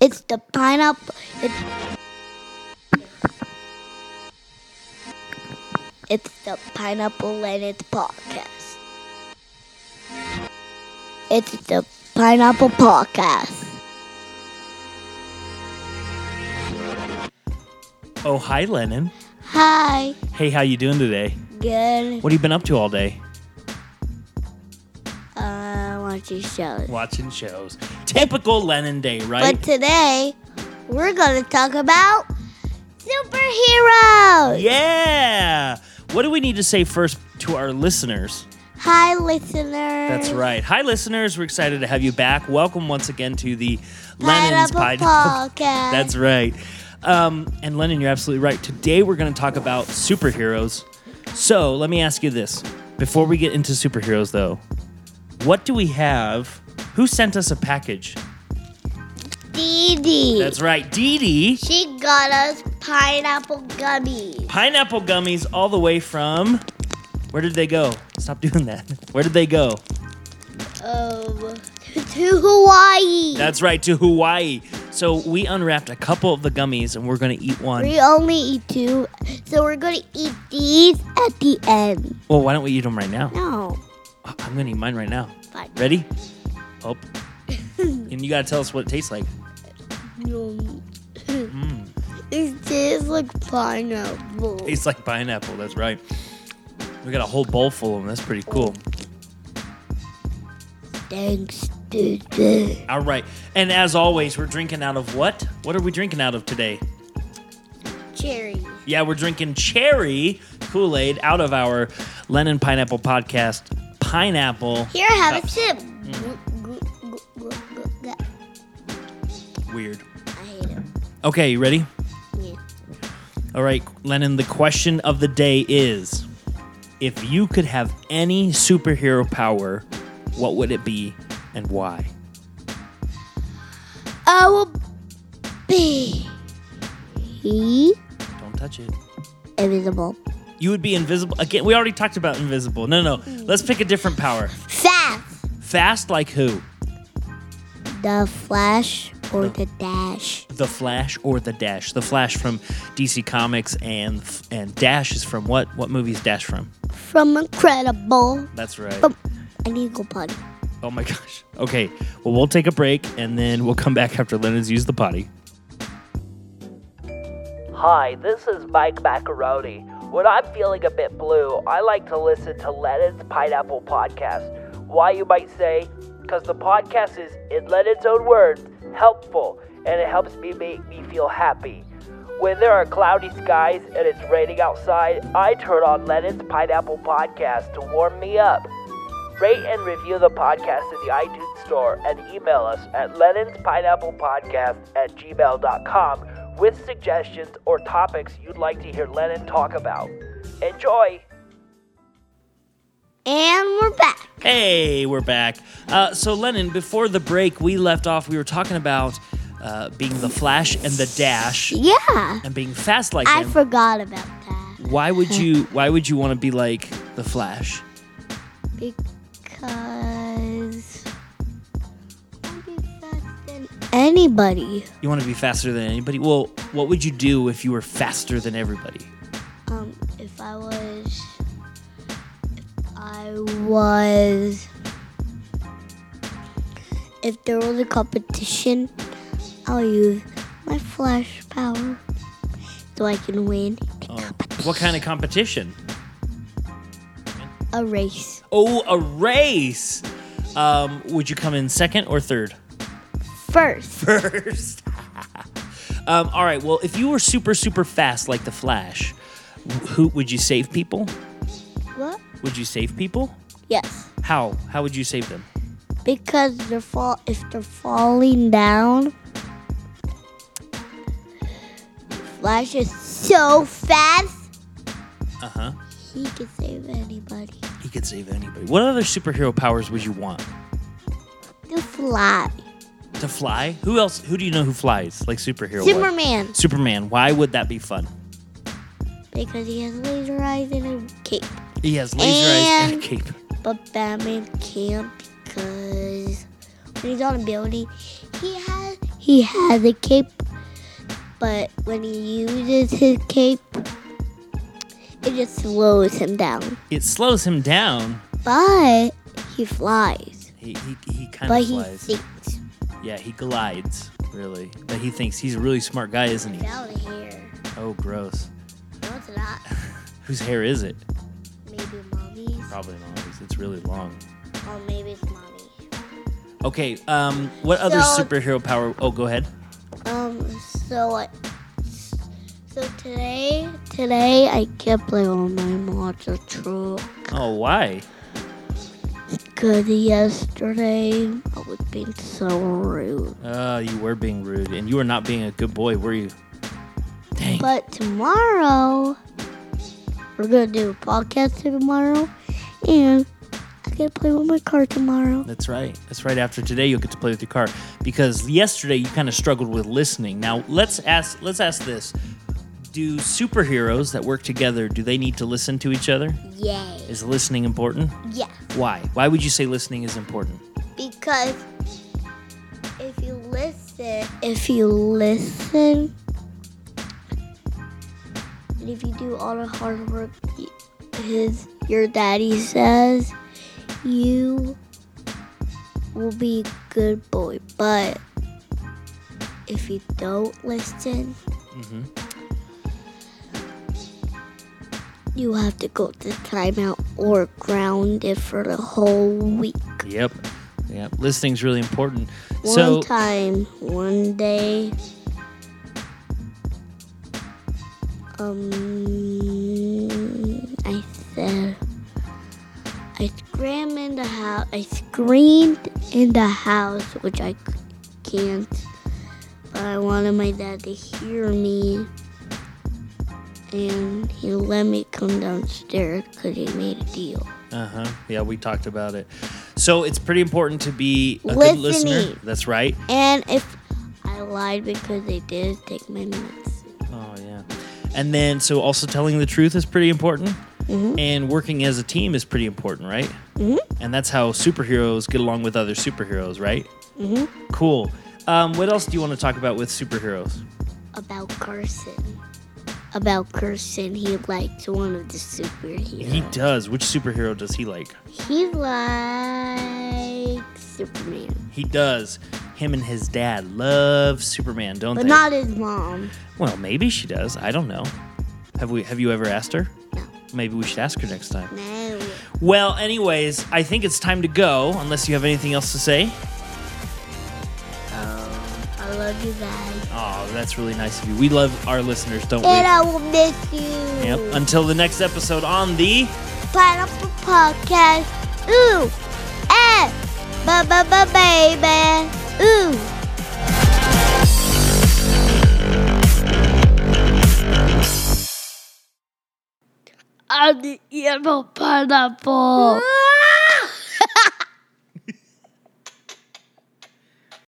It's the pineapple. It's, it's the Pineapple Planet podcast. It's the Pineapple Podcast. Oh, hi, Lennon. Hi. Hey, how you doing today? Good. What have you been up to all day? Uh, watching shows. Watching shows. Typical Lennon day, right? But today, we're going to talk about superheroes. Yeah. What do we need to say first to our listeners? Hi, listeners. That's right. Hi, listeners. We're excited to have you back. Welcome once again to the Lennon's Pineapple Podcast. Podcast. That's right. Um, and Lennon, you're absolutely right. Today we're going to talk about superheroes. So let me ask you this: before we get into superheroes, though, what do we have? Who sent us a package? Dee Dee. That's right, Dee Dee. She got us pineapple gummies. Pineapple gummies all the way from. Where did they go? Stop doing that. Where did they go? Um, to Hawaii. That's right, to Hawaii. So we unwrapped a couple of the gummies and we're going to eat one. we only eat two, so we're gonna eat these at the end. Well, why don't we eat them right now? No, Oh, I'm going to eat mine right now. fine. Ready? Oh. and you got to tell us what it tastes like. Um, Mm, it tastes like pineapple. tastes like pineapple. That's right. We got a whole bowl full of them. That's pretty cool. Thanks to this All right. And as always, we're drinking out of what? What are we drinking out of today? cherry. Yeah, we're drinking cherry Kool Aid out of our Lennon Pineapple podcast. Pineapple. Here, have a Cups. sip. Gl- gl- gl- gl- gl- gl- Weird. I hate it. Okay, you ready? Yeah. All right, Lennon, the question of the day is if you could have any superhero power, what would it be and why? I will be he Don't touch it. invisible. You would be invisible. Again, we already talked about invisible. No, no. Let's pick a different power. Fast. Fast like who? The Flash or the Dash? The Flash or the Dash? The Flash from DC Comics and and Dash is from what? What movie is Dash from? From Incredible. That's right. From I need to go potty. Oh my gosh. Okay. Well, we'll take a break and then we'll come back after Lennon's used the potty. Hi, this is Mike Macaroni. When I'm feeling a bit blue, I like to listen to Lennon's Pineapple Podcast. Why, you might say? Because the podcast is, in Lennon's own words, helpful, and it helps me make me feel happy. When there are cloudy skies and it's raining outside, I turn on Lennon's Pineapple Podcast to warm me up. Rate and review the podcast in the iTunes Store and email us at lennonspineapplepodcast at gmail.com with suggestions or topics you'd like to hear Lennon talk about. Enjoy! And we're back. Hey, we're back. Uh, so, Lennon, before the break, we left off. We were talking about uh, being the Flash and the Dash Yeah. and being fast like I him. forgot about that why would you? Why would you want to be like the Flash? because I'll be fast than anybody. You want to be faster than anybody. Well, what would you do if you were faster than everybody? Um, if I was, if I was, if there was a competition, I'll use my flash power so I can win Oh. What kind of competition? a race. Oh, a race. Um, would you come in second or third? First, first. um, all right. Well, if you were super, super fast like the Flash, who would you save people? what? Would you save people? Yes, How? How would you save them? because they're fall if they're falling down. Flash is so fast, Uh huh. he can save anybody. He could save anybody. What other superhero powers would you want? The fly, To fly? Who else? Who do you know who flies? Like superhero? wise? Superman. Superman. Why would that be fun? because he has laser eyes and a cape. He has laser eyes and And- a cape. But Batman can't because when he's on a building, he has he has a cape, but when he uses his cape, it just slows him down. It slows him down. But he flies. He he, he kind But of he flies. thinks yeah, he glides. Really, but he thinks he's a really smart guy, isn't he? down here. Oh, gross. No, it's not. Whose hair is it? Maybe mommy's, Probably not. It's really long. or maybe it's mommy. Okay. Um, what other So- superhero power? Oh, go ahead. Um. So I. So today, today I can't play on my monster truck. Oh, why? Cause yesterday I was being so rude. Uh, you were being rude, and you were not being a good boy, were you? Dang. But tomorrow we're gonna do a podcast tomorrow, and I can play with my car tomorrow. That's right. That's right. After today, you'll get to play with your car because yesterday you kind of struggled with listening. Now let's ask. Let's ask this: Do superheroes that work together do they need to listen to each other? Yay! Is listening important? Yeah. Why? Why would you say listening is important? because if you listen, if you listen, and if you do all the hard work, y- his your daddy says, you will be a good boy. But if you don't listen, Mm-hmm. you have to go to timeout or grounded for the whole week. Yep. Yep. Listening's really important. One so time, one day, um, I said, I screamed in the house. I screamed in the house, which I c- can't. But I wanted my dad to hear me, and he let me come downstairs because he made a deal. Uh huh. Yeah, we talked about it. So it's pretty important to be a good listener. Listening. That's right. And if I lied because they did take my medicine. Oh yeah. And then so also telling the truth is pretty important. Mm-hmm. And working as a team is pretty important, right? Mm-hmm. And that's how superheroes get along with other superheroes, right? Mm-hmm. Cool. Um, what else do you want to talk about with superheroes? about Carson. About Carson, he likes one of the He superheroes. does. Which superhero does he like? He likes Superman, He does. Him and his dad love Superman, don't but they? not his mom. well, maybe she does. I don't know. Have we? Have you ever asked her? No, Maybe we should ask her next time. no. Well, anyways, I think it's time to go. Unless you have anything else to say. Oh, I love you guys, Oh, that's really nice of you. We love our listeners, don't and we? I will miss you. Yep. Until the next episode on the Pineapple podcast. Ooh, eh, ba ba ba baby. Ooh. I'm the evil pineapple.